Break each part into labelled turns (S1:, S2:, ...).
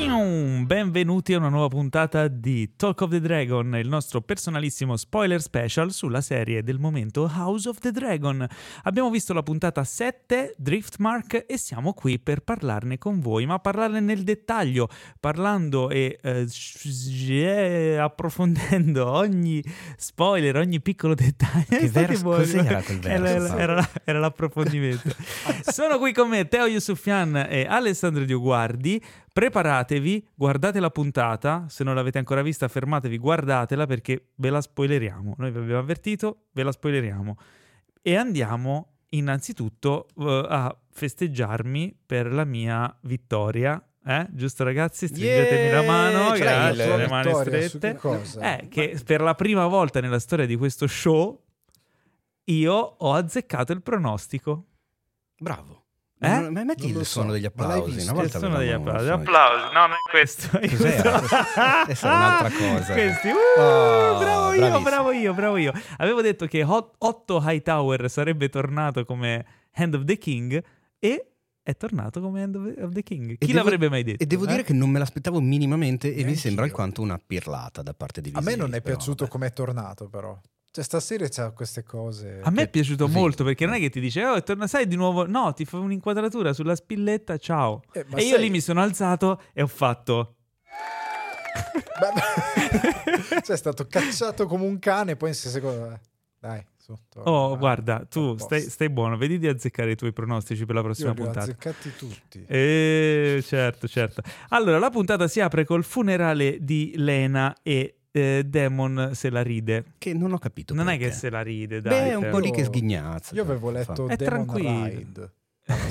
S1: Benvenuti a una nuova puntata di Talk of the Dragon, il nostro personalissimo spoiler special sulla serie del momento House of the Dragon. Abbiamo visto la puntata 7, Driftmark, e siamo qui per parlarne con voi, ma parlarne nel dettaglio, parlando e eh, sh- eh, approfondendo ogni spoiler, ogni piccolo dettaglio.
S2: Che
S1: State
S2: verso-
S1: buoni.
S2: cos'era quel verso,
S1: Era- era-
S2: Paolo?
S1: era, era l'approfondimento. Sono qui con me Teo Yusufian e Alessandro Dioguardi. Preparatevi, guardate la puntata. Se non l'avete ancora vista, fermatevi, guardatela perché ve la spoileriamo. Noi vi abbiamo avvertito, ve la spoileriamo. E andiamo innanzitutto eh, a festeggiarmi per la mia vittoria. Eh? Giusto ragazzi? Stringetemi la mano,
S2: Eh, Ce l'hai la
S1: grazie,
S2: tua
S1: le mani
S3: vittoria, su che
S1: strette.
S3: cosa?
S1: Eh, che per la prima volta nella storia di questo show io ho azzeccato il pronostico.
S2: Bravo.
S1: Eh?
S2: Non- Ma metti
S3: Non lo
S2: il
S3: so,
S2: suono degli
S3: ma l'hai
S2: applausi.
S3: visto?
S2: Una volta
S1: Il suono degli
S2: avevamo uno
S1: applausi.
S2: suono-
S1: Applausi, no, non è questo.
S2: Cos'era? Questa è un'altra cosa. eh.
S1: Questi, uh,
S2: Oh,
S1: bravo io,
S2: bravissimo.
S1: bravo io, bravo io. Avevo detto che Hot- Otto Hightower sarebbe tornato come Hand of the King e è tornato come Hand of of the King. Chi
S2: devo-
S1: l'avrebbe mai detto?
S2: E devo
S3: eh?
S2: dire che non me l'aspettavo minimamente e mi
S3: Neanch'io.
S2: sembra alquanto una pirlata da parte di
S3: A me non
S2: Viserys,
S3: è
S2: però
S3: piaciuto
S2: vabbè.
S3: com'è tornato, però. Cioè, stasera c'ha queste cose.
S1: A me è
S2: che-
S1: piaciuto
S2: sì.
S1: molto perché non è che ti dice, oh, torna, sai di nuovo, no, ti fa un'inquadratura sulla spilletta, ciao.
S3: Eh, ma
S1: e io
S3: sai-
S1: lì mi sono alzato e ho fatto...
S3: Ma- cioè, è stato cacciato come un cane, poi in sei secondi. eh, Dai, su. torna.
S1: Oh, guarda, tu
S3: eh, A
S1: stai,
S3: posto.
S1: stai buono, vedi di azzeccare i tuoi pronostici per la prossima
S3: Io li ho
S1: puntata.
S3: azzeccati tutti.
S1: Eh, certo, certo. Allora, la puntata si apre col funerale di Lena e eh, Demon se la ride.
S2: Che non ho capito.
S1: Non è
S2: perché.
S1: che se la ride, dai. cioè, oh.
S2: Beh, è un
S1: te.
S2: po' di
S3: Io-
S2: che sghignazza. cioè,
S3: Io avevo letto
S1: È
S3: Demon
S1: tranquillo.
S3: Ride dalla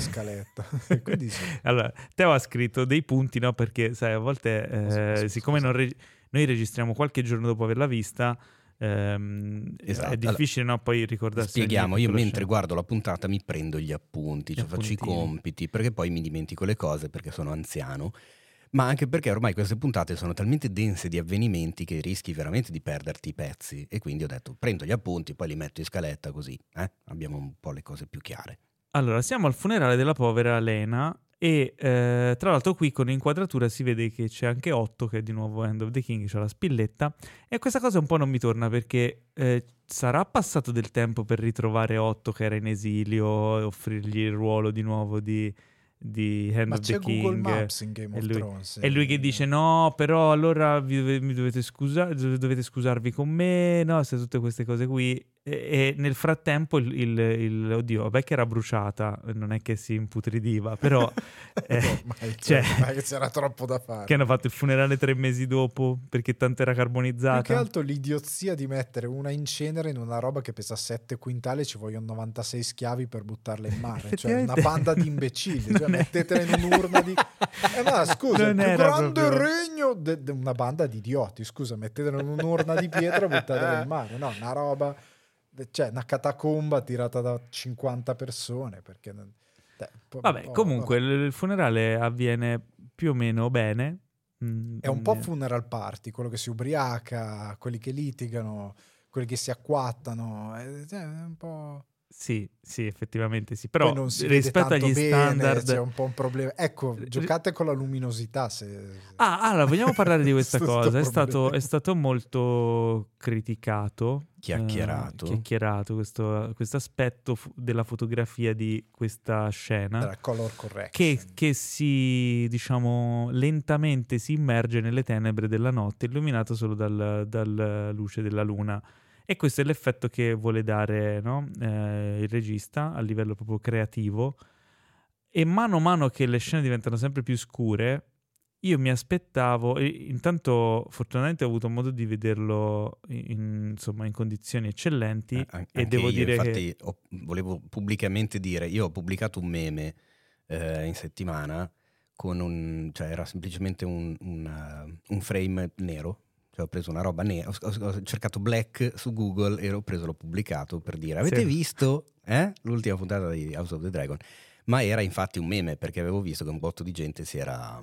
S3: scaletta. Quindi sì.
S1: Allora, Teo ha scritto dei punti, no? Perché, sai, a volte, eh,
S3: Scusa, scusa,
S1: siccome
S3: scusa.
S1: non reg- noi registriamo qualche giorno dopo averla vista, ehm,
S2: Esatto,
S1: è
S2: allora,
S1: difficile, no? Poi ricordarsi. ogni
S2: Spieghiamo, io
S1: piccola
S2: mentre
S1: scena.
S2: guardo la puntata mi prendo gli appunti,
S1: Gli
S2: cioè faccio i
S1: appuntini.
S2: compiti, perché poi mi dimentico le cose perché sono anziano, ma anche perché ormai queste puntate sono talmente dense di avvenimenti che rischi veramente di perderti i pezzi e quindi ho detto prendo gli appunti, poi li metto in scaletta così eh, abbiamo un po' le cose più chiare.
S1: Allora, siamo al funerale della povera Lena e eh, tra l'altro qui con l'inquadratura si vede che c'è anche Otto che è di nuovo End of the King, c'è la spilletta e questa cosa un po' non mi torna perché eh, sarà passato del tempo per ritrovare Otto che era in esilio e offrirgli il ruolo di nuovo di, di Hand
S3: Ma
S1: of
S3: c'è
S1: the King.
S3: Google Maps in Game
S1: e
S3: of
S1: lui-
S3: Thrones. eh?
S1: E lui che dice: No, però allora vi dove- mi dovete, scusa- dov- dovete scusarvi con me, no? Se tutte queste cose qui. E, e nel frattempo, il, il- il- oddio, vabbè, che era bruciata, non è che si imputridiva, però eh,
S3: Ormai,
S1: cioè-
S3: cioè, ormai c'era troppo da fare.
S1: che hanno fatto il funerale tre mesi dopo perché tanto era
S3: Più che
S1: carbonizzata.
S3: altro l'idiozia di mettere una in cenere in una roba che pesa 7 quintali e ci vogliono 96 schiavi per buttarla in mare. Cioè, una
S1: Effettivamente-
S3: banda di imbecilli. Cioè,
S1: Non è-
S3: mettetela in un'urna di. Eh, ma scusa,
S1: Non
S3: il più
S1: era
S3: grande
S1: proprio-
S3: regno. de- de- una banda di idioti. Scusa, mettetela in un'urna di pietra e buttatela in mare. No, una roba. Cioè, una catacomba tirata da 50 persone. Perché. non- cioè, po-
S1: Vabbè,
S3: po-
S1: comunque, il- il funerale avviene più o meno bene. Mm,
S3: È un po'
S1: eh,
S3: funeral party, quello che si ubriaca, quelli che litigano, quelli che si acquattano, eh, cioè, è un po'...
S1: Sì, sì, effettivamente sì. Però
S3: Poi non si vede
S1: rispetto
S3: tanto
S1: agli
S3: bene,
S1: standard.
S3: c'è un po' un problema. Ecco,
S1: Ri-
S3: giocate con la luminosità. Se...
S1: Ah, allora, vogliamo parlare di questa
S3: Sto- sto
S1: cosa. È
S3: problema.
S1: stato, è stato molto criticato.
S2: Chiacchierato.
S1: eh, chiacchierato questo, questo aspetto fu- della fotografia di questa scena.
S3: Era color correction.
S1: Che, che si, diciamo, lentamente si immerge nelle tenebre della notte, illuminato solo dal- dalla luce della luna. E questo è l'effetto che vuole dare no? Eh, il regista a livello proprio creativo. E mano a mano che le scene diventano sempre più scure, io mi aspettavo, e intanto fortunatamente ho avuto modo di vederlo in, insomma, in condizioni eccellenti.
S2: Eh, an-
S1: e
S2: anche
S1: devo
S2: io,
S1: dire che-
S2: infatti ho- volevo pubblicamente dire, io ho pubblicato un meme eh, in settimana con un, cioè era semplicemente un, un, eh, un frame nero, cioè ho preso una roba nera, ho, ho- ho cercato black su Google e l'ho preso, l'ho pubblicato per dire avete
S1: Sì.
S2: visto eh, l'ultima puntata di House of the Dragon? Ma era infatti un meme perché avevo visto che un botto di gente si era...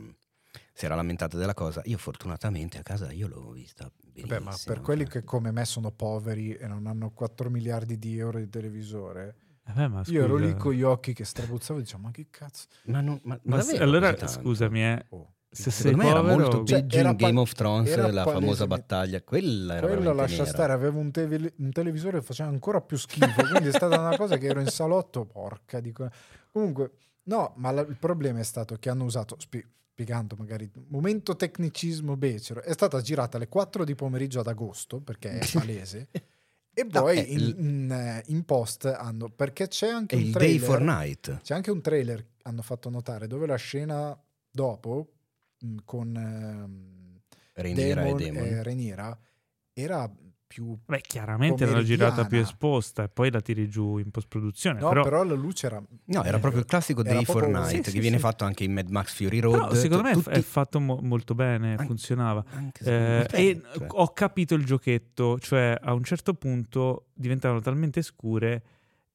S2: Si era lamentata della cosa, io fortunatamente a casa io l'avevo vista benissimo.
S3: Vabbè, ma per quelli
S2: cioè.
S3: che come me sono poveri e non hanno 4 miliardi di euro di televisore,
S1: Vabbè, Eh, ma
S3: io ero
S1: scusa.
S3: lì con gli occhi che strabuzzavo e dicevo, ma che cazzo?
S2: Ma, non- ma- ma
S1: Ma s-
S2: davvero
S1: allora,
S2: così tanto?
S1: scusami, eh,
S3: Oh.
S1: Se sei
S2: Secondo me era
S1: povero,
S2: molto
S3: Cioè,
S2: peggio
S3: era
S2: in
S3: pa-
S2: Game of Thrones
S3: era
S2: la
S3: palesemente-
S2: famosa battaglia. Quella era
S3: Quello
S2: veramente
S3: lascia
S2: nera.
S3: stare, avevo un, tele- un televisore che faceva ancora più schifo, quindi è stata una cosa che ero in salotto, porca dico. Comunque, no, ma la- il problema è stato che hanno usato, spi- spiegando magari, momento tecnicismo becero, è stata girata alle 4 di pomeriggio ad agosto, perché è palese, e poi
S2: è
S3: in,
S2: il-
S3: in, eh, in post hanno, perché c'è anche
S2: È
S3: un
S2: il Day
S3: trailer, eh?
S2: for Night.
S3: c'è anche un trailer, hanno fatto notare, dove la scena dopo, mh, con... ehm,
S2: Rhaenyra e
S3: Demon,
S2: Demon.
S3: eh, Rhaenyra, era più...
S1: Beh, chiaramente l'hanno
S3: pomeridiana.
S1: girata più esposta e poi la tiri giù in post-produzione.
S3: No,
S1: Eh, però,
S3: però, la luce era...
S2: No, era
S3: eh,
S2: proprio il classico
S3: era
S2: Day for
S3: proprio-
S1: sì,
S2: Night
S1: sì,
S2: che viene
S1: sì.
S2: fatto anche in Mad Max Fury Road.
S1: però secondo me è-
S2: Tutti-
S1: è fatto mo- molto bene,
S2: Anche-
S1: funzionava.
S2: anche
S1: Eh,
S2: secondo me,
S1: e
S2: cioè.
S1: ho capito il giochetto, cioè a un certo punto diventavano talmente scure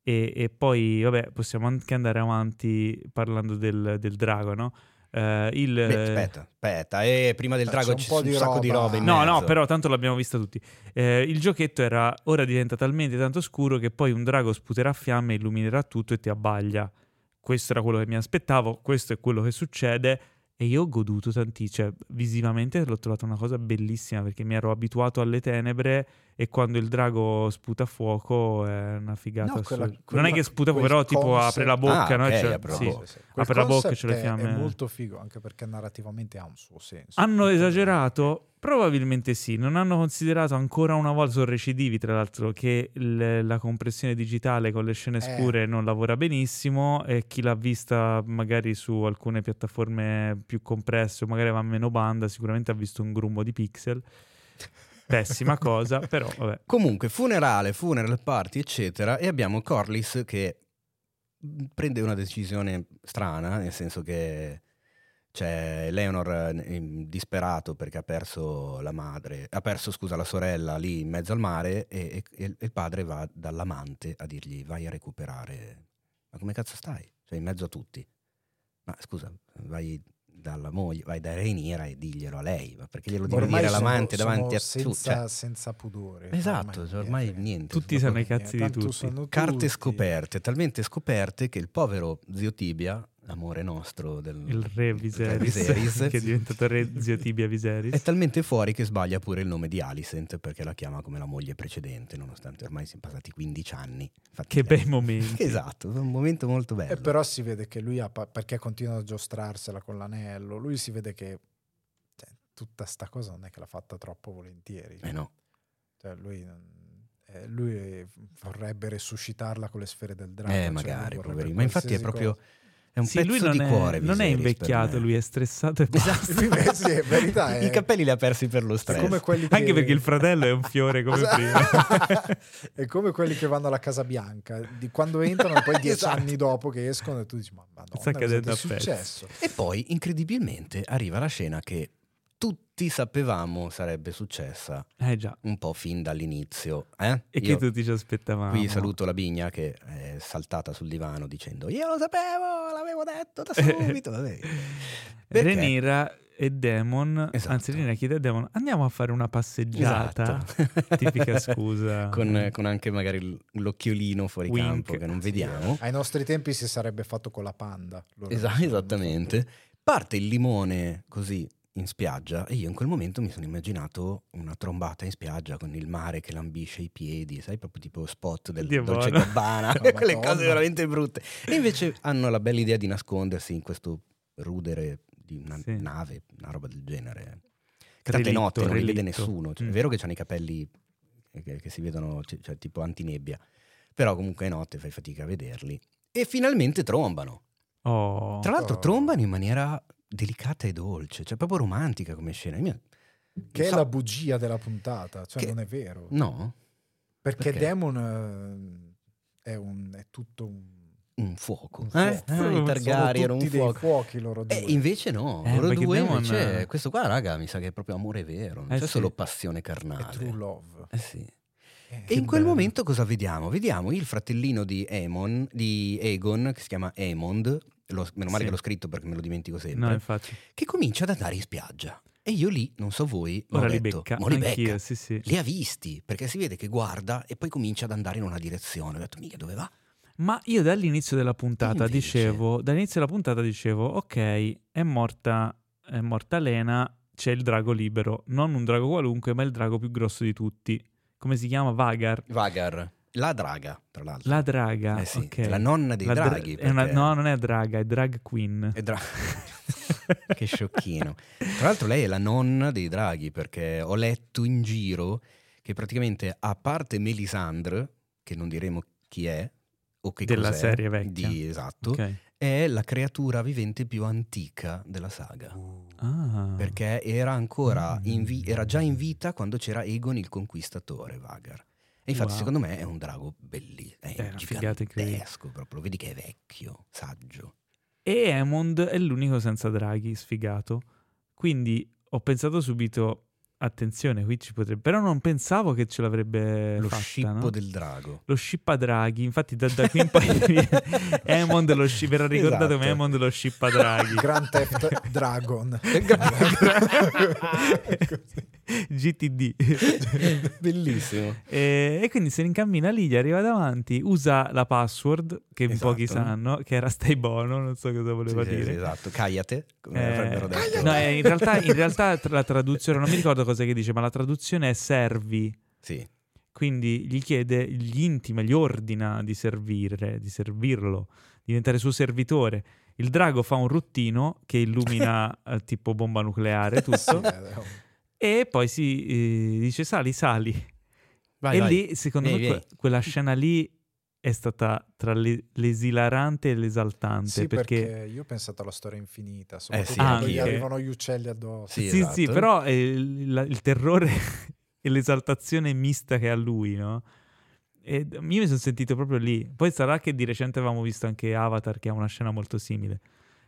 S1: e, e poi, vabbè, possiamo anche andare avanti parlando del, del drago, no? Eh, il,
S2: Beh, aspetta, aspetta, e prima del
S3: C'è
S2: drago
S3: un
S2: c'è
S3: po'
S2: un,
S3: di
S2: sacco di
S3: roba.
S2: robe in
S1: No,
S2: mezzo.
S1: no, però tanto l'abbiamo vista tutti. Eh, il giochetto era ora diventa talmente tanto scuro che poi un drago sputerà fiamme, illuminerà tutto e ti abbaglia. Questo era quello che mi aspettavo, questo è quello che succede e io ho goduto tantissimo, cioè visivamente l'ho trovata una cosa bellissima perché mi ero abituato alle tenebre e quando il drago sputa fuoco è una figata.
S3: No, quella-
S1: assoluta.
S3: quella-
S1: non è che sputa,
S3: quel
S1: però tipo
S3: concept-
S1: apre la bocca,
S2: Ah,
S1: no?
S2: ok,
S1: Cioè,
S2: apre la
S1: sì.
S2: bocca.
S3: Quel
S1: apre la bocca,
S3: concept
S1: c'è le
S3: è-
S1: fiamme.
S3: È molto figo, anche perché narrativamente ha un suo senso.
S1: Hanno esagerato? Probabilmente sì, non hanno considerato ancora una volta, sono recidivi tra l'altro, che l- la compressione digitale con le scene
S3: Eh.
S1: scure non lavora benissimo e chi l'ha vista magari su alcune piattaforme più compresse o magari va a meno banda sicuramente ha visto un grumbo di pixel. Pessima cosa, però vabbè.
S2: Comunque, funerale, funeral party, eccetera, e abbiamo Corliss che prende una decisione strana, nel senso che c'è Leonor eh, in- disperato perché ha perso la madre, ha perso, scusa, la sorella lì in mezzo al mare e, e- e il padre va dall'amante a dirgli vai a recuperare. Ma come cazzo stai? Cioè in mezzo a tutti. Ma scusa, vai dalla moglie, vai da Reniera e diglielo a lei, ma perché glielo devi
S3: Ormai
S2: dire
S3: sono-
S2: all'amante
S3: sono
S2: davanti a tutti?
S3: senza,
S2: Cioè,
S3: senza pudore.
S2: Esatto, cioè, ormai
S3: niente.
S2: niente.
S1: Tutti
S2: sono
S1: sanno i
S2: proprio
S1: cazzi di
S3: Tanto
S1: tutti.
S3: sono
S2: Carte
S3: tutti.
S2: scoperte, talmente scoperte che il povero zio Tibia, amore nostro del
S1: Il re
S2: del
S1: Viserys,
S2: Viserys,
S1: che è diventato re zio Tibia Viserys.
S2: è talmente fuori che sbaglia pure il nome di Alicent perché la chiama come la moglie precedente, nonostante ormai siano passati 15 anni. Infatti,
S1: Che
S2: eh,
S1: bei momenti.
S2: Esatto, è un momento molto bello.
S3: E Eh, però si vede che lui ha, pa- perché continua a giostrarsela con l'anello, lui si vede che cioè, tutta sta cosa non è che l'ha fatta troppo volentieri.
S2: Eh no.
S3: Cioè, lui, non- eh, lui vorrebbe resuscitarla con le sere del drago.
S2: Eh,
S3: cioè,
S2: magari,
S3: lui vorrebbe
S2: poverino. Ma infatti è
S3: qualsiasi
S2: proprio...
S3: cosa.
S2: È un
S1: Sì,
S2: pezzo
S1: lui non,
S2: di
S1: è,
S2: cuore.
S1: non è
S2: Viserys, per
S1: invecchiato,
S2: me.
S1: lui è stressato e basta.
S2: Esatto.
S3: Lui, beh, sì, è verità, è-
S2: I capelli li ha persi per lo stress.
S3: È come quelli che-
S1: Anche perché il fratello è un fiore come
S2: Esatto.
S1: prima.
S3: è come quelli che vanno alla Casa Bianca, di quando entrano e poi dieci
S2: Esatto.
S3: anni dopo che escono e tu dici ma
S1: Sta
S3: madonna,
S1: cadendo
S3: cosa è
S1: a pezzi.
S3: successo?
S2: E poi, incredibilmente, arriva la scena che tutti sapevamo sarebbe successa
S1: eh già,
S2: un po' fin dall'inizio. eh?
S1: e che
S2: Io
S1: tutti ci aspettavamo.
S2: qui saluto la Bigna che è saltata sul divano dicendo io lo sapevo, l'avevo detto da
S1: Eh.
S2: subito. Vabbè. Perché?
S1: Renira e Demon,
S2: Esatto.
S1: anzi Renira chiede a Demon, andiamo a fare una passeggiata.
S2: Esatto.
S1: Tipica scusa.
S2: con, eh, con anche magari l'occhiolino fuori
S1: Wink.
S2: campo che non
S1: Sì.
S2: vediamo.
S3: Ai nostri tempi si sarebbe fatto con la panda. loro
S2: Esa-
S3: dicevano.
S2: esattamente. Parte il limone così in spiaggia e io in quel momento mi sono immaginato una trombata in spiaggia con il mare che lambisce i piedi, sai, proprio tipo spot del
S1: Dio
S2: Dolce
S1: buono.
S2: Gabbana,
S3: Oh,
S2: quelle cose
S3: Madonna.
S2: veramente brutte. E invece hanno la bella idea di nascondersi in questo rudere di una
S1: Sì.
S2: nave, una roba del genere. Che tanto è
S1: Relitto,
S2: notte, non li vede
S1: relitto.
S2: nessuno. Cioè,
S1: Mm.
S2: È vero che hanno i capelli che, che si vedono cioè, cioè, tipo antinebbia, però comunque è notte, fai fatica a vederli. E finalmente trombano.
S1: Oh.
S2: Tra l'altro
S3: Oh.
S2: trombano in maniera delicata e dolce, cioè proprio romantica come scena. Io mi-
S3: Che è
S2: so-
S3: la bugia della puntata, cioè
S2: Che-
S3: non è vero.
S2: No,
S3: perché,
S2: perché?
S3: Demon eh, è, un, è tutto un...
S2: un fuoco.
S3: Un
S2: Eh?
S3: fuoco.
S2: Ah,
S1: Sono
S2: I Targaryen,
S3: Sono
S2: un
S3: tutti
S2: fuoco.
S3: dei fuochi loro due.
S2: E invece no,
S1: Eh,
S2: loro
S1: perché
S2: due
S1: Demon-
S2: invece- questo qua raga mi sa che è proprio amore vero, non
S1: Eh
S2: c'è
S1: sì.
S2: solo passione
S3: è true
S2: carnale.
S3: love.
S2: Eh sì.
S3: Eh,
S2: E in quel
S1: bello.
S2: momento cosa vediamo? Vediamo il fratellino di Aemon, di Aegon, che si chiama Aemond, lo- meno male
S1: Sì.
S2: che l'ho scritto perché me lo dimentico sempre,
S1: No, infatti.
S2: che comincia ad andare in spiaggia. E io lì, non so voi, ma ho
S1: Ora li
S2: detto,
S1: becca.
S2: "Ma li
S1: Anch'io,
S2: becca".
S1: sì, sì.
S2: li ha visti perché si vede che guarda e poi comincia ad andare in una direzione. Ho detto, mica dove va?
S1: Ma io dall'inizio della puntata
S2: Invece-
S1: dicevo, dall'inizio della puntata dicevo, ok, è morta è morta Lena, c'è il drago libero. Non un drago qualunque, ma il drago più grosso di tutti. Come si chiama? Vagar.
S2: Vagar, la draga, tra l'altro.
S1: La draga.
S2: Eh sì,
S1: ok.
S2: La nonna dei
S1: La dra-
S2: draghi.
S1: è una-
S2: perché-
S1: no, non è draga, è drag queen.
S2: è dra- che sciocchino. Tra l'altro lei è la nonna dei draghi perché ho letto in giro che praticamente a parte Melisandre, che non diremo chi è o che
S1: Della
S2: cos'è,
S1: serie vecchia.
S2: di- esatto,
S1: Ok.
S2: è la creatura vivente più antica della saga.
S1: Ah.
S2: Perché era ancora
S1: Mm.
S2: in vi- era già in vita quando c'era Egon il conquistatore, Vagar. E infatti,
S1: Wow.
S2: secondo me è un drago bellissimo. È,
S1: È una figata incredibile.
S2: gigantesco proprio. Vedi che è vecchio, saggio.
S1: E Emond è l'unico senza draghi, sfigato. Quindi ho pensato subito, attenzione, qui ci potrebbe... Però non pensavo che ce l'avrebbe
S2: Lo
S1: fatta,
S2: scippo
S1: no?
S2: del drago.
S1: Lo scippa draghi, infatti da, da qui in poi Emond lo sci- verrà ricordato
S2: Esatto.
S1: come Emond lo scippa draghi.
S3: Grand Theft Dragon.
S1: GTD.
S2: Bellissimo.
S1: E, e quindi se ne incammina lì, gli arriva davanti, usa la password, che in
S2: Esatto.
S1: pochi sanno, che era stai buono, non so cosa voleva dire.
S2: esatto, caiate, come
S1: Eh,
S2: avrebbero detto.
S1: no, eh, in realtà, in realtà tra- la traduzione, non mi ricordo cosa che dice, ma la traduzione è servi.
S2: Sì,
S1: Quindi gli chiede, gli intima, gli ordina di servire, di servirlo, diventare suo servitore. Il drago fa un ruttino che illumina eh, tipo bomba nucleare,
S3: Sì,
S1: tutto.
S3: eh, oh.
S1: e poi si eh, dice sali, sali.
S2: vai,
S1: e
S2: vai.
S1: lì, secondo
S2: Vieni,
S1: me, que-
S2: vieni.
S1: quella scena lì è stata tra le- l'esilarante e l'esaltante.
S3: Sì,
S1: perché...
S3: perché io ho pensato alla storia infinita, soprattutto
S2: Eh, sì,
S3: quando
S1: anche
S3: gli
S1: io.
S3: arrivano gli uccelli addosso.
S1: Sì,
S2: Sì,
S1: sì,
S2: esatto.
S1: però eh, il, la- il terrore e l'esaltazione mista che ha lui, no? E d- io mi sono sentito proprio lì. Poi sarà che di recente avevamo visto anche Avatar che ha una scena molto simile.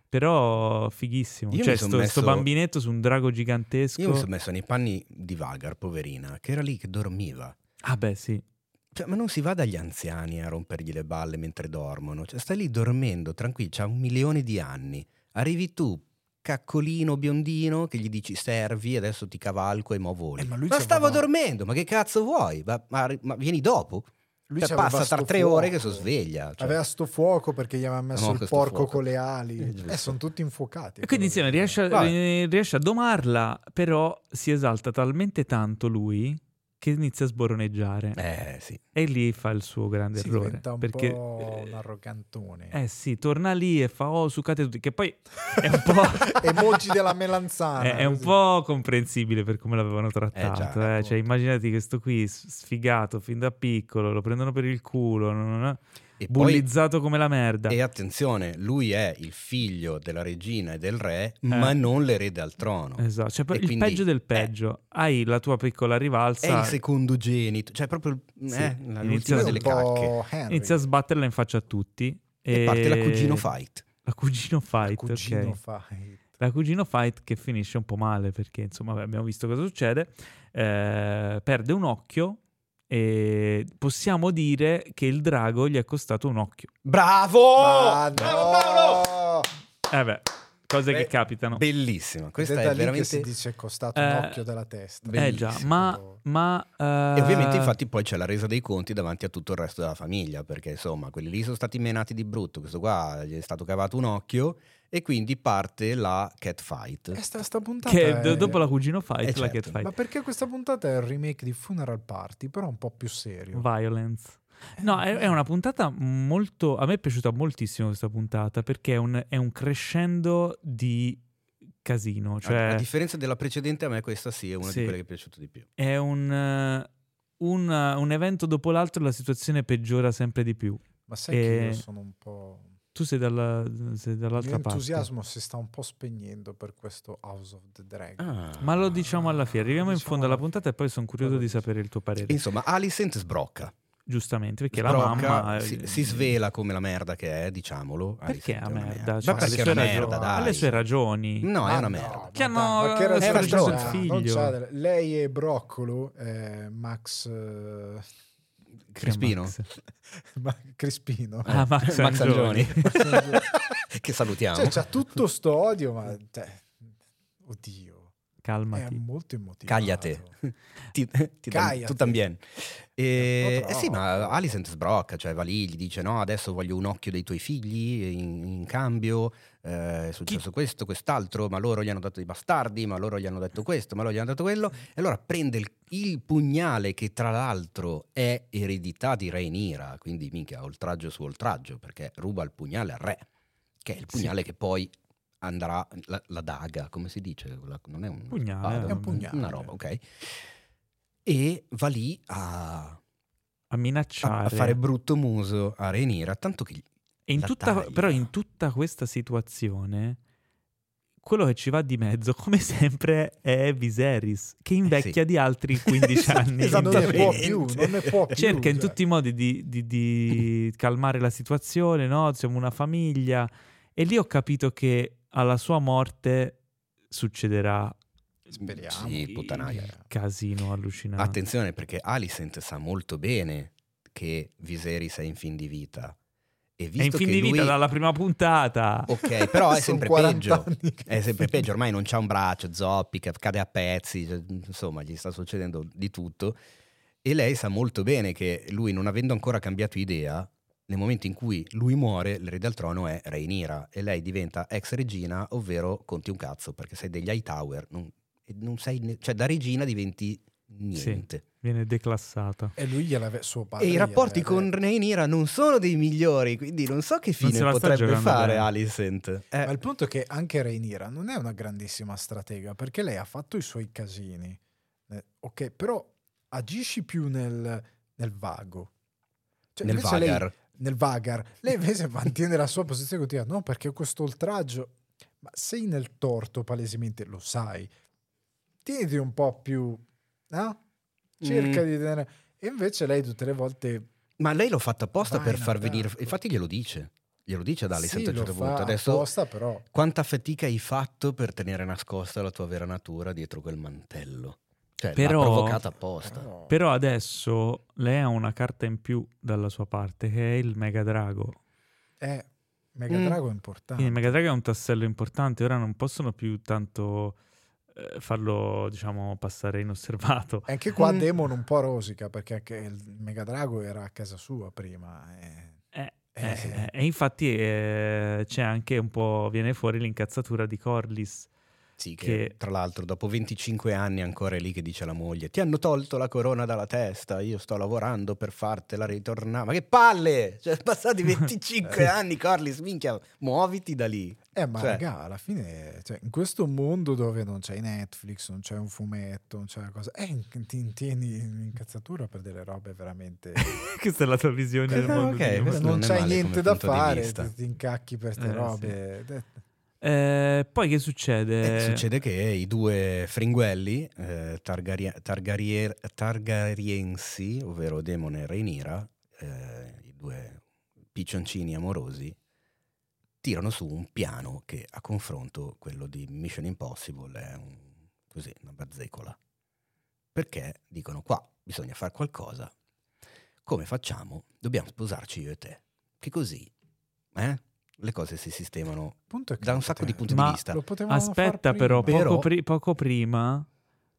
S1: Però fighissimo.
S2: Io
S1: cioè,
S2: mi son
S1: sto, sto
S2: messo-
S1: bambinetto su un drago gigantesco.
S2: Io mi sono messo nei panni di Vagar, poverina, che era lì che dormiva.
S1: Ah, beh, sì.
S2: Cioè, ma non si va dagli anziani a rompergli le balle mentre dormono. Cioè, stai lì dormendo, tranquillo, c'ha un milione di anni. Arrivi tu, caccolino biondino, che gli dici servi, adesso ti cavalco e mo voli.
S3: Eh,
S2: ma
S3: ma lui ci
S2: stavo
S3: aveva-
S2: dormendo, ma che cazzo vuoi? Ma, ma- ma vieni dopo.
S3: Lui
S2: Cioè,
S3: ci aveva
S2: passa tra
S3: sto
S2: tre ore che sono
S3: fuoco.
S2: sveglia. cioè.
S3: Aveva sto fuoco perché gli aveva messo
S2: Amo
S3: il
S2: questo
S3: porco
S2: fuoco.
S3: con le
S2: Eh,
S3: ali.
S2: giusto.
S3: Eh, sono tutti infuocati.
S1: E quindi insieme riesce a,
S2: Vabbè.
S1: riesce a domarla, però si esalta talmente tanto lui che inizia a sboroneggiare.
S2: Eh sì.
S1: E lì fa il suo grande
S3: si
S1: errore.
S3: diventa un
S1: perché,
S3: po' un
S1: eh,
S3: arrogantone.
S1: Eh sì, torna lì e fa oh sucate tutti, che poi è un po'...
S3: Emoji della melanzana.
S1: Eh, È, è un
S3: così.
S1: po' comprensibile per come l'avevano trattato. eh.
S2: ecco.
S3: appunto.
S1: Cioè, immaginati questo qui s- sfigato fin da piccolo, lo prendono per il culo, no, no, no,
S2: E poi- Eh,
S1: bullizzato come la merda.
S2: E attenzione, lui è il figlio della regina e del re,
S3: Eh.
S2: ma non l'erede al trono.
S1: Esatto, cioè,
S2: E
S1: il
S2: quindi- eh.
S1: peggio del peggio. Hai la tua piccola
S2: È
S1: rivalsa,
S2: il secondogenito, cioè proprio eh,
S1: Sì,
S2: la-
S1: inizia a-
S2: l'ultima
S3: Lui è un
S2: delle
S3: po'
S2: cacche.
S3: Henry.
S1: inizia a sbatterla in faccia a tutti.
S2: E parte la
S1: Eh.
S2: cugino fight.
S1: La cugino fight,
S3: Cugino
S1: ok.
S3: fight.
S1: La cugino fight che finisce un po' male perché insomma vabbè, abbiamo visto cosa succede, Eh, perde un occhio e possiamo dire che il drago gli è costato un occhio.
S2: Bravo!
S3: Ma
S2: Bravo Oh! Eh, Paolo!
S3: no!
S1: Eh beh, cose
S2: Beh,
S1: che capitano.
S2: Bellissima, questa
S3: Ed
S2: è,
S3: da lì che
S2: veramente...
S3: si dice costato
S1: Eh,
S3: un occhio dalla testa.
S1: eh già,
S2: bellissimo.
S1: ma... ma
S2: E ovviamente
S1: eh,
S2: infatti poi c'è la resa dei conti davanti a tutto il resto della famiglia, perché insomma quelli lì sono stati menati di brutto, questo qua gli è stato cavato un occhio e quindi parte la cat fight.
S3: Eh, sta, sta puntata
S1: Che
S3: è-
S1: do- dopo la cugino fight,
S2: Eh,
S1: la
S2: certo.
S1: catfight.
S3: Ma perché questa puntata è il remake di Funeral Party, però un po' più serio.
S1: Violence.
S2: Eh,
S1: No, è, è una puntata molto... A me è piaciuta moltissimo questa puntata perché è un, è un crescendo di casino.
S2: A, a
S1: Cioè,
S2: differenza della precedente, a me questa sì è una
S1: Sì.
S2: di quelle che è piaciuta di più.
S1: è un, eh, un, eh, un evento dopo l'altro la situazione peggiora sempre di più.
S3: Ma sai che
S1: Eh,
S3: io sono un po'...
S1: Tu sei, dalla, sei
S3: Il mio
S1: dall'altra parte.
S3: entusiasmo si sta un po' spegnendo per questo House of the Dragon.
S1: Ma lo diciamo alla fine, arriviamo in
S3: Diciamo
S1: fondo alla
S3: alla fine.
S1: puntata e poi sono curioso
S3: Poi lo
S1: di
S3: dici.
S1: sapere il tuo parere.
S2: Insomma, Alicent sbrocca.
S1: Giustamente, perché la
S2: Sbrocca,
S1: mamma... eh,
S2: si, si svela come la merda che è, diciamolo.
S1: Perché
S2: Alicent
S1: a
S2: è una
S1: merda?
S2: merda.
S1: Cioè,
S2: Ma
S1: ha le
S2: perché è
S1: sue
S2: una
S1: ragioni-
S2: merda,
S1: ha
S2: dai.
S1: le sue ragioni.
S2: No,
S3: Ma
S2: è una
S3: no,
S2: merda.
S1: Ah,
S3: ma
S1: Che
S3: dai,
S1: hanno-
S3: ma che era
S2: era
S3: successo?
S2: stronzo il
S3: Non
S1: figlio.
S3: c'ha delle- lei e Broccolo, eh, Max, eh,
S2: Crispino.
S1: Cioè, Max.
S3: ma- Crispino.
S1: Ah, Max Angioni.
S2: che salutiamo. diciamo.
S3: Cioè, c'ha tutto sto odio, ma... cioè, oddio. È
S2: Eh,
S1: calmati.
S3: molto immotivato.
S2: Cagliate. ti, ti
S3: Caiati.
S2: tutto bien.
S3: Un
S2: E,
S3: po'
S2: eh sì,
S3: troppo.
S2: ma Alicent sbrocca, cioè va lì, gli dice no, adesso voglio un occhio dei tuoi figli in, in cambio, eh, è successo questo, quest'altro, ma loro gli hanno dato dei bastardi, ma loro gli hanno detto questo, ma loro gli hanno dato quello. E allora prende il, il pugnale che tra l'altro è eredità di Rhaenyra, quindi minchia, oltraggio su oltraggio, perché ruba il pugnale al re, che è il pugnale che poi andrà, la, la daga, come si dice? La- non è un
S1: Pugnale,
S3: È un pugnale.
S2: una roba, ok. E va lì a, a-
S1: A minacciare.
S2: a fare brutto muso a Renira, tanto che gli-
S1: E in
S2: la
S1: tutta-
S2: taglia.
S1: però in tutta questa situazione, quello che ci va di mezzo, come sempre, è Viserys,
S3: Eh
S1: che invecchia
S2: sì.
S1: di altri 15 anni.
S3: Esatto. Non ne può
S2: Esattamente.
S3: più, non ne può più.
S1: Cerca in
S3: cioè.
S1: tutti i modi di, di- di calmare la situazione, no? Siamo una famiglia. E lì ho capito che alla sua morte succederà
S3: Speriamo.
S2: Sì, puttanaia.
S1: il casino allucinante.
S2: Attenzione perché Alicent sa molto bene che Viserys è in fin di vita. E
S1: È in
S2: visto
S1: fin
S2: che
S1: di vita
S2: lui-
S1: dalla prima puntata.
S2: Ok, però è
S3: Sono
S2: sempre
S3: 40
S2: peggio.
S3: anni che-
S2: È sempre peggio, ormai non c'ha un braccio, zoppica, cade a pezzi, cioè, insomma, gli sta succedendo di tutto. E lei sa molto bene che lui, non avendo ancora cambiato idea, nel momento in cui lui muore, l'erede al trono è Rhaenyra e lei diventa ex regina, ovvero conti un cazzo, perché sei degli Hightower, non, e non sei ne- cioè da regina diventi niente.
S1: Viene declassata.
S3: E lui gliel'aveva suo
S1: Ah,
S3: padre.
S2: E i rapporti
S3: gliel'aveva
S2: con Rhaenyra non sono dei migliori, quindi non so che
S1: se
S2: fine
S1: la sta
S2: potrebbe
S1: giocando
S2: fare
S1: bene. cioè,
S2: Alicent. Eh,
S3: Ma il punto è che anche Rhaenyra non è una grandissima stratega perché lei ha fatto i suoi casini. Eh, ok, però agisci più nel, nel vago. Cioè,
S2: nel
S3: invece lei-
S2: Vagar.
S3: nel vagar. Lei invece mantiene la sua posizione continua. No, perché questo oltraggio... Ma sei nel torto palesemente, lo sai. Tieniti un po' più... No? Cerca
S2: Mm.
S3: di tenere... E invece lei tutte le volte...
S2: Ma lei l'ho fatto apposta
S3: Vai
S2: per
S3: in
S2: far
S3: attacco.
S2: venire. Infatti, glielo dice. Glielo dice ad Alice
S3: sì,
S2: a un
S3: lo
S2: certo
S3: fa
S2: punto. Adesso,
S3: apposta, però...
S2: quanta fatica hai fatto per tenere nascosta la tua vera natura dietro quel mantello? Cioè,
S1: Però-
S2: l'ha provocata apposta.
S3: però-
S1: Però adesso lei ha una carta in più dalla sua parte, che è il Mega Drago.
S3: Eh, Mega
S2: Mm.
S3: Drago è importante.
S1: Quindi il Mega Drive è un tassello importante, ora non possono più tanto eh, farlo, diciamo, passare inosservato.
S3: E Anche qua
S2: Mm.
S3: Demon un po' rosica perché anche il Mega Drago era a casa sua prima. eh.
S1: Eh,
S3: Eh,
S1: eh,
S3: sì.
S1: eh, e infatti eh, c'è anche un po', viene fuori l'incazzatura di Corlys.
S2: Sì, che,
S1: Che-
S2: tra l'altro, dopo 25 anni ancora è lì che dice la moglie: Ti hanno tolto la corona dalla testa. Io sto lavorando per fartela ritornare. Ma che palle! Cioè, passati 25 anni, Corlis, minchia, muoviti da lì.
S3: Eh, ma
S2: Cioè-
S3: raga, alla fine, cioè, in questo mondo dove non c'è Netflix, non c'è un fumetto, non c'è una cosa, eh, in- ti tieni in incazzatura per delle robe veramente.
S1: Questa è la tua visione del
S2: Eh,
S1: mondo.
S2: ok,
S1: di
S2: questo
S1: Nemo.
S3: non
S2: è
S3: c'hai
S2: male
S3: niente
S2: come
S3: da
S2: punto di
S3: fare,
S2: vista.
S3: ti, ti incacchi per queste
S1: Eh,
S3: robe. Eh,
S1: Eh, poi che
S2: Eh,
S1: succede?
S2: succede che i due fringuelli, eh, Targaria- Targarier- Targariensi, ovvero Demon e Rhaenyra, eh, i due piccioncini amorosi, tirano su un piano che a confronto quello di Mission Impossible è un- così, una bazzecola. Perché dicono qua bisogna fare qualcosa, come facciamo? Dobbiamo sposarci io e te, che così eh, le cose si sistemano
S3: il punto è che
S2: da
S3: lo
S2: un sacco di
S1: Ma
S2: punti
S3: potevano-
S2: di vista.
S3: lo potevamo Ah, far
S1: Aspetta
S3: prima.
S1: però,
S2: Però-
S1: Poco, pri- poco prima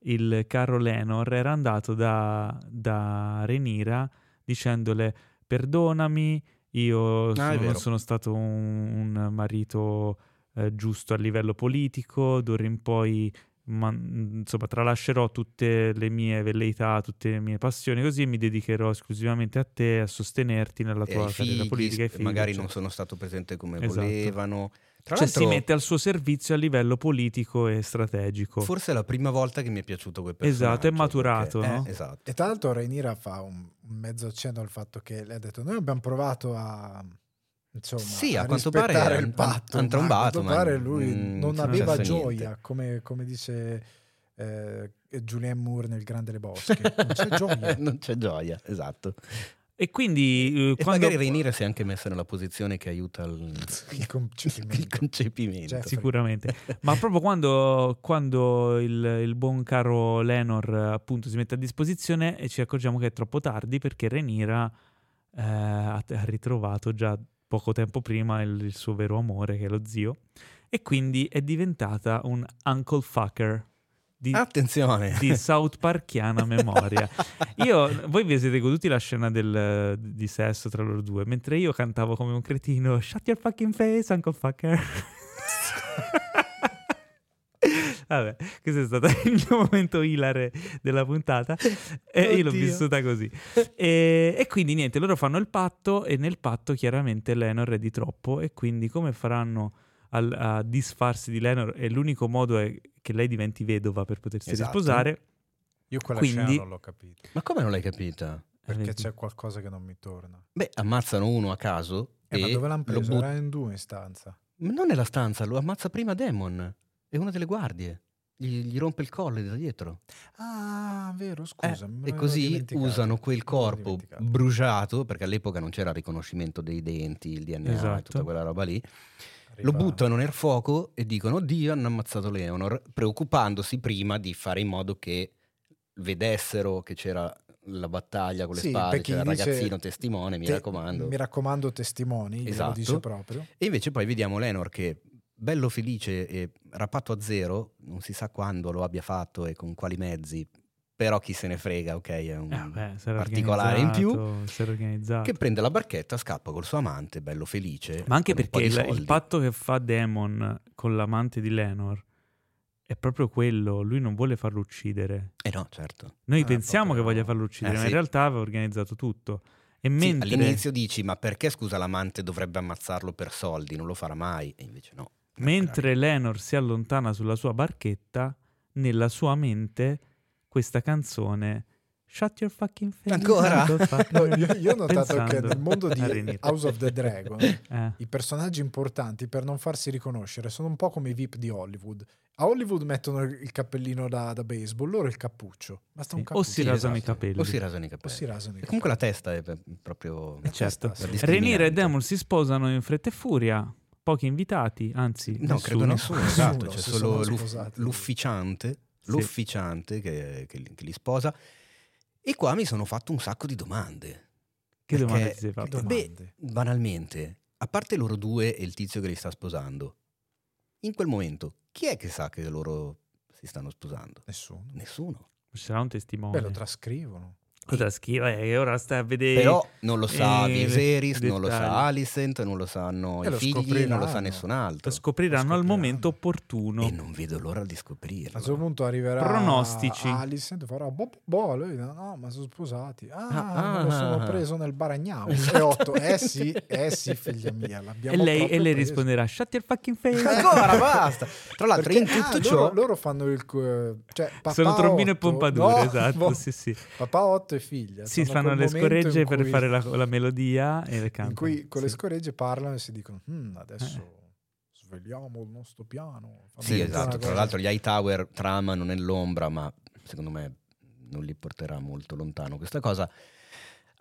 S1: il caro Lenor era andato da, da Renira dicendole perdonami, io sono-
S2: Ah, è
S1: non
S2: vero.
S1: sono stato un, un marito eh, giusto a livello politico, d'ora in poi ma- insomma, tralascerò tutte le mie velleità, tutte le mie passioni, così e mi dedicherò esclusivamente a te, a sostenerti nella
S2: e
S1: tua
S2: ai
S1: carriera
S2: figli,
S1: politica. ai
S2: sp-
S1: figli,
S2: magari
S1: eccetera
S2: non sono stato presente come
S1: Esatto.
S2: volevano. Tra
S1: cioè
S2: l'altro,
S1: si mette al suo servizio a livello politico e strategico.
S2: forse è la prima volta che mi è piaciuto quel personaggio.
S1: Esatto, è maturato,
S2: perché-
S1: no?
S2: eh, esatto.
S3: E tra l'altro Rhaenyra fa un, un mezzo accenno al fatto che lei ha detto noi abbiamo provato a insomma
S2: Sì,
S3: a,
S2: a quanto pare
S3: rispettare
S2: han-
S3: il patto,
S2: han
S3: ma
S2: trombato,
S3: a quanto
S2: ma
S3: pare
S2: n-
S3: lui
S2: n-
S1: non
S3: non
S1: è
S3: aveva
S2: successo
S3: gioia,
S2: niente.
S3: come, come dice eh, Julianne Moore nel Grande Le Bosche. Non c'è gioia.
S2: non c'è gioia, esatto.
S1: E quindi eh,
S2: E
S1: quando...
S2: magari Rhaenyra si è anche messa nella posizione che aiuta il,
S3: Il concepimento.
S2: il concepimento.
S3: Cioè, sì.
S1: Sicuramente, ma proprio quando, quando il, il buon caro Lenor eh, appunto si mette a disposizione e ci accorgiamo che è troppo tardi perché Renira eh, ha ha ritrovato già poco tempo prima il, il suo vero amore che è lo zio e quindi è diventata un uncle fucker, di,
S2: Attenzione!
S1: di South Parkiana memoria. Io, voi vi siete goduti la scena del, di sesso tra loro due, mentre io cantavo come un cretino Shut your fucking face, Uncle Fucker. Vabbè, questo è stato il mio momento ilare della puntata e io l'ho
S2: Oddio.
S1: vissuta così. E, e quindi niente, loro fanno il patto e nel patto chiaramente Lenor è di troppo e quindi come faranno al- a disfarsi di Lenor? E l'unico modo è che lei diventi vedova per potersi
S2: Esatto.
S1: risposare.
S3: Io quella
S1: Quindi-
S3: scena non l'ho capita
S2: Ma come non l'hai capita?
S3: perché
S1: Vedi.
S3: c'è qualcosa che non mi torna.
S2: Beh, ammazzano uno a caso
S3: Eh, ma
S2: e
S3: dove l'hanno
S2: lo
S3: preso?
S2: but-
S3: Era in due in stanza.
S2: Ma non nella stanza, lo ammazza prima Demon. È una delle guardie. Gli, gli rompe il collo da dietro.
S3: Ah, vero,
S2: Eh,
S3: scusa.
S2: e così usano quel corpo bruciato, perché all'epoca non c'era riconoscimento dei denti, il DNA e
S1: Esatto.
S2: tutta quella roba lì. Lo buttano nel fuoco e dicono: Oddio, hanno ammazzato Leonor, preoccupandosi prima di fare in modo che vedessero che c'era la battaglia con le
S3: Sì,
S2: spade,
S3: perché
S2: c'era il
S3: gli dice-
S2: ragazzino testimone, mi
S3: Te-
S2: raccomando.
S3: Mi raccomando, testimoni, glielo
S2: Esatto.
S3: dice proprio.
S2: E invece poi vediamo Lenor che bello felice e rapato a zero, non si sa quando lo abbia fatto e con quali mezzi, però chi se ne frega, ok, è un
S3: Mm.
S1: Eh, beh, sarà
S2: particolare in più,
S1: organizzato, sarà organizzato.
S2: che prende la barchetta, scappa col suo amante, bello felice.
S1: Ma anche
S2: con un po'
S1: perché
S2: di
S1: il, il
S2: soldi.
S1: patto che fa Damon con l'amante di Lenor è proprio quello, lui non vuole farlo uccidere.
S2: Eh no, certo.
S1: Noi
S3: Ah,
S1: pensiamo che
S3: proprio-
S1: voglia farlo uccidere,
S2: Eh,
S1: ma
S2: sì.
S1: in realtà aveva organizzato tutto. E
S2: Sì,
S1: mentre...
S2: all'inizio dici, ma perché scusa l'amante dovrebbe ammazzarlo per soldi? Non lo farà mai. E invece no. No,
S1: Mentre Lenor si allontana sulla sua barchetta, nella sua mente questa canzone Shut your fucking face.
S2: Ancora?
S1: Uncle Fucker.
S3: No, io, io ho notato
S1: Pensando
S3: che nel mondo
S1: a
S3: di
S1: Renita.
S3: House of the Dragon
S1: Eh,
S3: i personaggi importanti per non farsi riconoscere sono un po' come i VIP di Hollywood. A Hollywood mettono il cappellino da, da baseball, loro il cappuccio. Basta un
S1: sì. O
S3: cappuccio.
S1: si
S2: Sì,
S1: rasano i
S2: esatto.
S1: capelli.
S2: O si rasano i
S3: O
S2: capelli.
S3: si rasano. i
S2: E comunque la
S3: capelli.
S2: testa è per- proprio...
S3: La
S1: Certo.
S3: testa, sì.
S2: La discriminante.
S1: Rhaenyra e Demon si sposano in fretta e furia, pochi invitati, anzi
S2: No, credo nessuno, esatto,
S3: Nessuno,
S2: c'è
S3: si
S2: solo
S3: sono
S2: l'uff-
S3: sposati.
S2: l'ufficiante,
S1: Sì.
S2: l'ufficiante che, che li- che li sposa. E qua mi sono fatto un sacco di domande.
S1: Che
S2: Perché-
S1: domande ti sei fatto?
S3: Che
S2: Beh,
S3: domande?
S2: banalmente, a parte loro due e il tizio che li sta sposando, in quel momento chi è che sa che loro si stanno sposando?
S3: Nessuno.
S2: Nessuno.
S1: Ci sarà un testimone.
S3: Beh, lo trascrivono.
S1: Cosa schiva, eh, ora stai a vedere.
S2: Però non lo sa
S1: eh,
S2: Viserys, non lo
S1: dettagli.
S2: sa Alicent, non lo sanno
S3: E lo
S2: i figli, non lo sa
S3: scopriranno.
S2: nessun altro.
S1: lo scopriranno
S3: lo
S1: al
S3: scopriranno.
S1: momento opportuno.
S2: E non vedo l'ora di
S3: A un certo
S2: scoprirlo.
S3: punto arriverà
S1: Pronostici.
S3: Alice e farà boh, boh, boh, lui no, no, ma sono sposati. Ah,
S2: Ah,
S3: me lo
S2: ah.
S3: sono preso nel baragnao. E
S2: Esattamente.
S3: otto, eh sì, eh sì, figlia mia,
S1: Esatto. E
S3: l'abbiamo
S1: lei,
S3: proprio
S1: e lei
S3: preso.
S1: risponderà: Shut your fucking face.
S2: Ancora, basta! Tra l'altro,
S3: Perché-
S2: in tutto
S3: ah,
S2: ciò...
S3: loro, loro fanno il que- cioè, papà
S1: Sono trombino e
S3: Otto-
S1: pompadour.
S3: no,
S1: esatto.
S3: boh,
S1: Sì, sì.
S3: Papà 8 e figlia.
S1: Sì,
S3: sono
S1: fanno
S3: quel
S1: le
S3: momento in
S1: scoregge per
S3: cui-
S1: fare la, la melodia e le
S3: In
S1: cantano.
S3: cui con le
S1: Sì. Eh.
S3: scoregge parlano e si dicono "Mm, adesso svegliamo il nostro piano. Fanno
S2: Sì,
S3: tutta
S2: esatto.
S3: una
S2: Tra
S3: cosa.
S2: l'altro, gli Hightower tramano nell'ombra, ma secondo me non li porterà molto lontano questa cosa.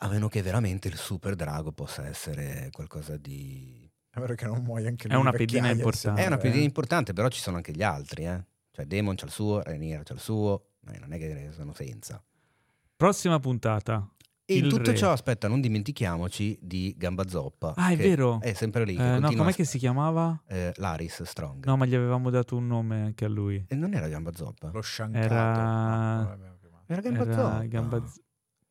S2: A meno che veramente il super drago possa essere qualcosa di.
S3: È vero che non muoia anche
S1: È
S3: lui.
S1: una
S3: di
S1: pedina
S3: vecchiaia,
S1: importante.
S3: sì.
S2: È una
S1: beh.
S2: pedina importante, però ci sono anche gli altri, eh. Cioè, Demon c'ha il suo, Rhaenyra c'ha il suo, ma non è che sono senza.
S1: Prossima puntata.
S2: E
S1: Il
S2: in tutto
S1: re.
S2: ciò, aspetta, non dimentichiamoci di Gamba Zoppa.
S1: Ah, è
S2: che
S1: vero.
S2: È sempre lì.
S1: Eh,
S2: che
S1: no,
S2: continua
S1: com'è
S2: a-
S1: che si chiamava?
S2: eh, Laris Strong.
S1: No, ma gli avevamo dato un nome anche a lui.
S2: E non era Gamba Zoppa.
S3: Lo sciancato.
S1: Era-
S3: No, non l'abbiamo chiamato.
S2: Era Gamba
S1: Era
S2: Zoppa.
S1: gamba... z-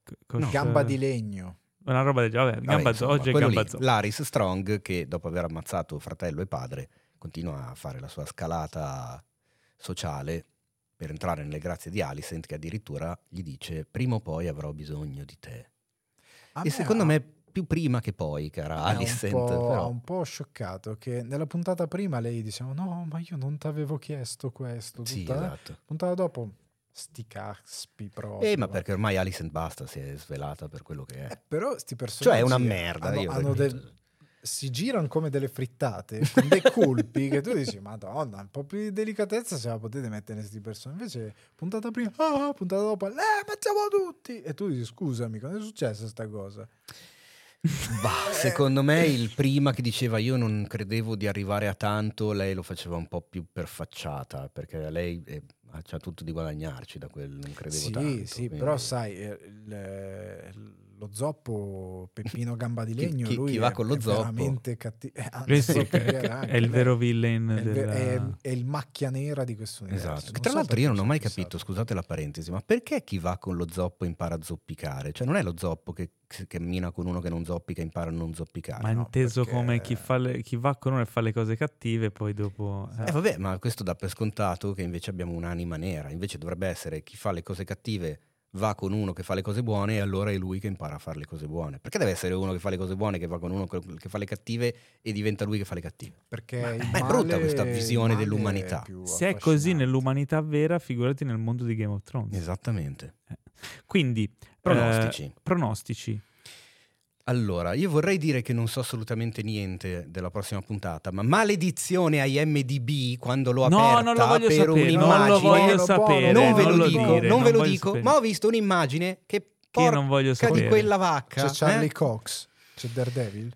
S1: co- cos-
S3: Gamba di legno.
S1: Una roba del genere. Vabbè,
S2: Vabbè,
S1: gamba zo-
S2: insomma,
S1: oggi è
S2: quello
S1: gamba
S2: lì,
S1: zo-
S2: Laris Strong, che dopo aver ammazzato fratello e padre, continua a fare la sua scalata sociale per entrare nelle grazie di Alicent, che addirittura gli dice: Prima o poi avrò bisogno di te.
S3: A
S2: e secondo
S3: ha-
S2: me, più prima che poi, cara
S3: è ah. un
S2: Alicent.
S3: po',
S2: però-
S3: un po' scioccato che nella puntata prima lei diceva no ma io non ti avevo chiesto questo.
S2: Sì,
S3: tutta eh. la
S2: esatto.
S3: puntata dopo sti caspi proprio.
S2: Eh, ma perché ormai Alicent basta, si è svelata per quello che è.
S3: Eh, Però sti personaggi
S2: Cioè, è una merda.
S3: hanno-
S2: io
S3: hanno
S2: veramente-
S3: del- si girano come delle frittate con dei colpi che tu dici madonna un po' più di delicatezza se la potete mettere sti personaggi invece puntata prima ah, puntata dopo eh ammazziamo tutti e tu dici scusami cosa è successa sta cosa Eh.
S2: Bah, secondo me il prima che diceva io non credevo di arrivare a tanto, lei lo faceva un po' più per facciata, perché lei eh, ha c'ha tutto di guadagnarci da quel non credevo
S3: sì
S2: tanto.
S3: sì
S2: quindi-
S3: però sai eh, il- lo zoppo, Peppino Gamba di Legno,
S2: chi-
S3: lui
S2: chi va
S3: è,
S2: con lo
S3: è
S2: zoppo?
S3: veramente cattivo. Eh, anzi,
S1: Lui sì,
S3: lo cambierà
S1: è
S3: anche
S1: il
S3: lei.
S1: vero villain
S3: È il, ver-
S1: della-
S2: ehm,
S3: è- è il macchia nera di questo universo.
S2: Esatto, che
S3: Non
S2: tra
S3: so
S2: l'altro
S3: perché
S2: io non ho
S3: sono
S2: mai
S3: fissato.
S2: capito, scusate la parentesi, ma perché chi va con lo zoppo impara a zoppicare? Cioè non è lo zoppo che che cammina con uno che non zoppica impara a non zoppicare.
S1: Ma
S2: ah, no?
S1: inteso
S3: perché-
S1: come chi, fa le- chi va con uno e fa le cose cattive, poi dopo... eh.
S2: Eh vabbè, ma questo dà per scontato che invece abbiamo un'anima nera, invece dovrebbe essere chi fa le cose cattive va con uno che fa le cose buone e allora è lui che impara a fare le cose buone. Perché deve essere uno che fa le cose buone che va con uno che che fa le cattive e diventa lui che fa le cattive?
S3: Perché
S2: Ma-
S3: il
S2: ma è
S3: male-
S2: brutta questa visione
S3: il male
S2: dell'umanità.
S3: è più
S1: Se è così
S3: affascinante.
S1: nell'umanità vera, figurati nel mondo di Game of Thrones.
S2: Esattamente.
S1: Quindi,
S2: Pronostici.
S1: eh, pronostici.
S2: Allora, io vorrei dire che non so assolutamente niente della prossima puntata, ma maledizione a IMDB quando l'ho
S1: No,
S2: aperta
S1: non lo voglio
S2: per
S1: sapere, non
S2: un'immagine.
S1: lo voglio
S3: buono,
S1: sapere.
S3: buono,
S2: non ve
S3: non
S2: lo
S3: lo
S2: dico,
S3: dire,
S2: non ve lo
S1: voglio
S2: dico,
S1: sapere.
S2: ma ho visto un'immagine che
S1: Che
S2: porca
S1: non voglio
S2: di
S1: sapere.
S2: quella vacca.
S3: C'è Charlie
S2: eh?
S3: Cox, c'è Daredevil.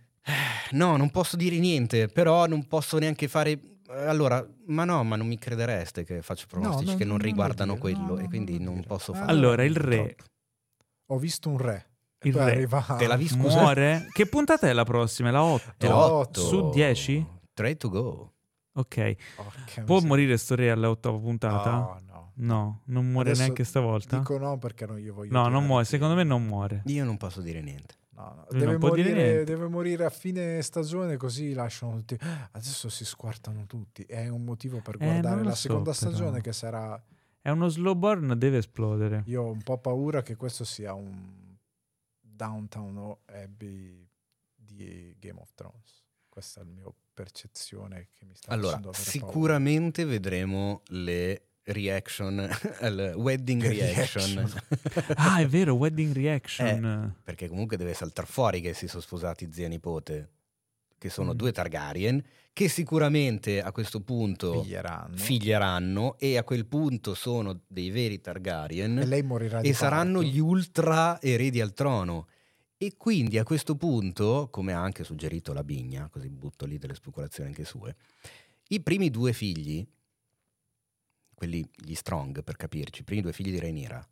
S2: No, non posso dire niente, però non posso neanche fare eh, allora, ma no, ma non mi credereste che faccio pronostici
S3: no,
S2: che non
S3: non lo
S2: riguardano
S3: dire,
S2: quello
S3: no, no,
S2: e quindi
S3: non lo
S2: non
S3: dire.
S2: posso
S3: Ah,
S2: fare.
S1: Allora, il re,
S2: purtroppo.
S3: Ho visto un re. E
S1: Il
S3: poi
S1: re.
S3: arriva
S2: Te la vi scusa?
S1: muore. che puntata è la prossima? È La 8.
S2: È
S3: la
S2: otto.
S3: otto.
S1: Su 10?
S2: Three to go.
S1: Ok.
S3: Porca
S1: Può
S3: miseria.
S1: morire sto re all'ottava puntata?
S3: Eh, No, no.
S1: No, non muore
S3: Adesso
S1: neanche stavolta.
S3: Dico no perché non io cioè, voglio
S1: no,
S3: dire
S1: non muore.
S3: perché-
S1: Secondo me non muore.
S2: Io non posso dire niente.
S3: No, no,
S1: Lui
S3: Deve,
S1: non può dire
S3: morire,
S1: niente.
S3: deve morire a fine stagione così lasciano tutti. Adesso si squartano tutti. È un motivo per
S1: Eh,
S3: guardare
S1: non lo
S3: la
S1: so,
S3: seconda
S1: però.
S3: stagione che sarà...
S1: È uno slow burn, deve esplodere.
S3: Io ho un po' paura che questo sia un Downtown Abbey di Game of Thrones. Questa è la mia percezione che mi sta
S2: Allora,
S3: facendo avere paura.
S2: sicuramente vedremo le reaction, al wedding
S3: Le
S2: reaction,
S1: Ah, è vero, wedding reaction.
S2: perché comunque deve saltar fuori che si sono sposati zia e nipote, che sono
S1: Mm.
S2: due Targaryen, che sicuramente a questo punto
S3: Figlieranno.
S2: figlieranno e a quel punto sono dei veri Targaryen
S3: e
S2: e,
S3: lei morirà di
S2: saranno
S3: parto.
S2: gli ultra eredi al trono. E quindi a questo punto, come ha anche suggerito la Bigna, così butto lì delle speculazioni anche sue, i primi due figli, quelli gli strong per capirci, i primi due figli di Rhaenyra,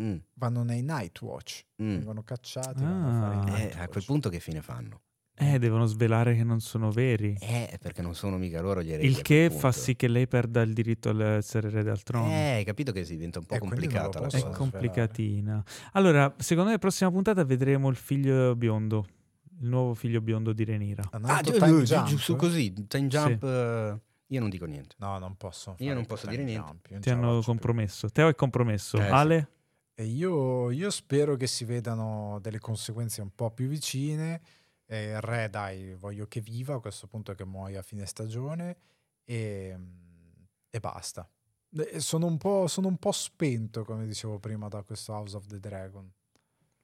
S2: mm,
S3: vanno nei Night Watch.
S2: mm,
S3: Vengono cacciati.
S1: Ah.
S3: vanno a fare i
S2: eh,
S3: Night
S2: a quel
S3: Watch.
S2: punto che fine fanno?
S1: Eh, devono svelare che non sono veri.
S2: Eh, perché non sono mica loro gli eredi.
S1: Il
S2: a
S1: che
S2: quel
S1: fa
S2: punto.
S1: sì che lei perda il diritto ad essere re del trono.
S2: Eh, hai capito che si diventa un po'
S3: Eh, quindi non lo
S2: complicata la
S3: posso
S1: È
S2: cosa.
S3: svelare.
S1: complicatina. Allora, secondo me la prossima puntata vedremo il figlio biondo, il nuovo figlio biondo di Renira.
S3: Hanno
S2: Ah,
S3: fatto
S2: giù,
S3: time
S2: giù,
S3: jump?
S2: giù, su così, time
S1: Sì.
S2: jump, eh, io non dico niente.
S3: No, non posso.
S2: Io
S3: fare
S2: non posso
S3: time
S2: dire niente.
S3: jump, io non
S1: Ti
S3: ce la
S1: hanno
S3: faccio più.
S1: compromesso. Teo è compromesso.
S2: Eh, sì.
S1: Ale?
S3: E io, io spero che si vedano delle conseguenze un po' più vicine. Eh, il re, dai, voglio che viva a questo punto, che muoia a fine stagione e, e basta. Eh, Sono un, po', sono un po' spento, come dicevo prima, da questo House of the Dragon.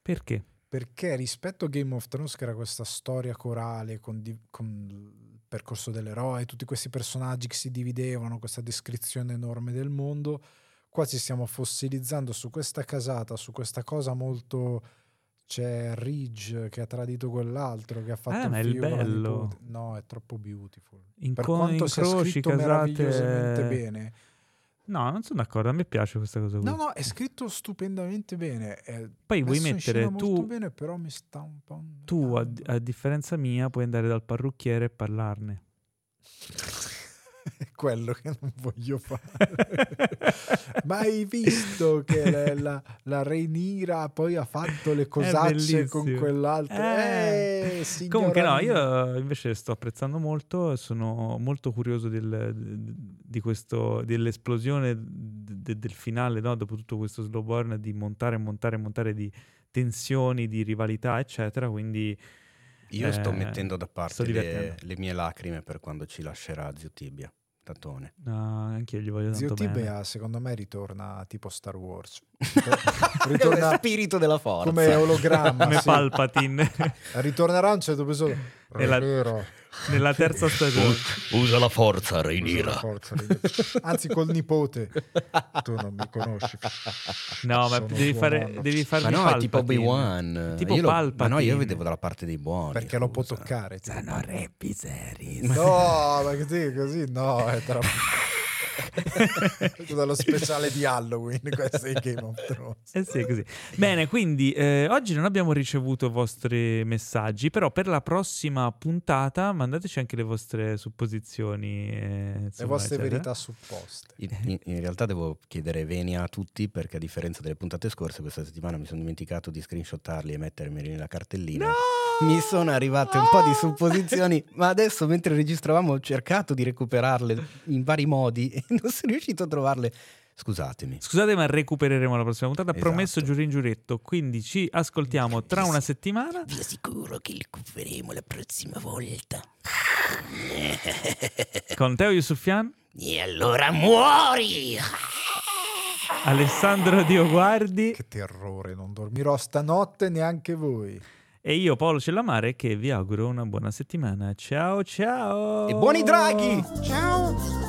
S1: Perché?
S3: Perché rispetto a Game of Thrones, che era questa storia corale con, di- con il percorso dell'eroe, tutti questi personaggi che si dividevano, questa descrizione enorme del mondo, qua ci stiamo fossilizzando su questa casata, su questa cosa molto... C'è Ridge che ha tradito quell'altro, che ha fatto
S1: Ah,
S3: il
S1: ma è il
S3: figlio con la
S1: bello.
S3: nipote. No, è troppo beautiful. Per
S1: Inco-
S3: quanto sia
S1: incroci,
S3: scritto meravigliosamente
S1: casate...
S3: bene.
S1: No, non sono d'accordo. A me piace questa cosa qui.
S3: No, no, è scritto stupendamente bene. È
S1: Poi vuoi
S3: messo in scena
S1: mettere
S3: molto
S1: tu...
S3: bene, però mi sta un po'...
S1: Tu, a,
S3: annoiando.
S1: a differenza mia, puoi andare dal parrucchiere e parlarne.
S3: È quello che non voglio fare. Ma hai visto che la, la, la Rhaenyra poi ha fatto le cosacce con
S1: bellissimo.
S3: quell'altro?
S1: Eh.
S3: Eh, signora
S1: Comunque no,
S3: mia.
S1: io invece sto apprezzando molto e sono molto curioso del- di questo, dell'esplosione de- del finale, no? dopo tutto questo slow burn di montare, montare, montare di tensioni, di rivalità, eccetera, quindi
S2: Io sto
S1: Eh,
S2: mettendo da parte
S1: sto
S2: le,
S1: divertendo.
S2: le mie lacrime per quando ci lascerà zio Tibia, Tatone.
S1: ah, anche io gli voglio
S3: Zio
S1: tanto bene.
S3: Tibea, secondo me, ritorna tipo Star Wars.
S2: Ritorna...
S3: Ritorna-
S2: spirito della forza.
S3: Come ologramma,
S1: Come
S3: sì.
S1: Palpatine
S3: ritornerà a un certo episodio.
S1: Nella-
S3: Vero.
S1: nella terza stagione.
S2: Usa la forza,
S3: Usa la forza, Rhaenyra. Anzi, col nipote. Tu non mi conosci.
S1: No, ma
S3: Sono
S1: devi,
S3: tuo
S1: fare,
S3: nonno.
S1: devi farmi
S2: Ma no, è tipo
S1: Palpatine.
S2: Obi-Wan.
S1: Tipo
S2: Io lo- Ma no,
S1: Palpatine.
S2: io vedevo dalla parte dei buoni.
S3: Perché lo può
S2: scusa.
S3: toccare. tipo.
S2: Sono Re Viserys.
S3: No, ma così, così no, è troppo. Questo dallo speciale di Halloween, questo è Game of Thrones.
S1: Eh sì, è così. Bene, quindi eh, oggi non abbiamo ricevuto vostri messaggi, però per la prossima puntata mandateci anche le vostre supposizioni. eh,
S3: Le
S1: insomma,
S3: vostre
S1: eccetera.
S3: verità supposte.
S2: In, in- in realtà devo chiedere venia a tutti perché a differenza delle puntate scorse questa settimana mi sono dimenticato di screenshottarli e mettermeli nella cartellina.
S1: No!
S2: Mi sono arrivate un po' di
S1: Ah!
S2: supposizioni, ma adesso mentre registravamo ho cercato di recuperarle in vari modi e non sono riuscito a trovarle. Scusatemi.
S1: Scusate, ma recupereremo la prossima puntata.
S2: Esatto.
S1: Promesso giurin giuretto. Quindi ci ascoltiamo tra una settimana.
S2: Vi assicuro che li recupereremo la prossima volta.
S1: con Teo Yusufian,
S2: E allora muori!
S1: Alessandro Dioguardi
S3: Che terrore, non dormirò stanotte neanche voi.
S1: e io Paolo Cellamare che vi auguro una buona settimana. Ciao ciao!
S2: E buoni draghi!
S3: Ciao!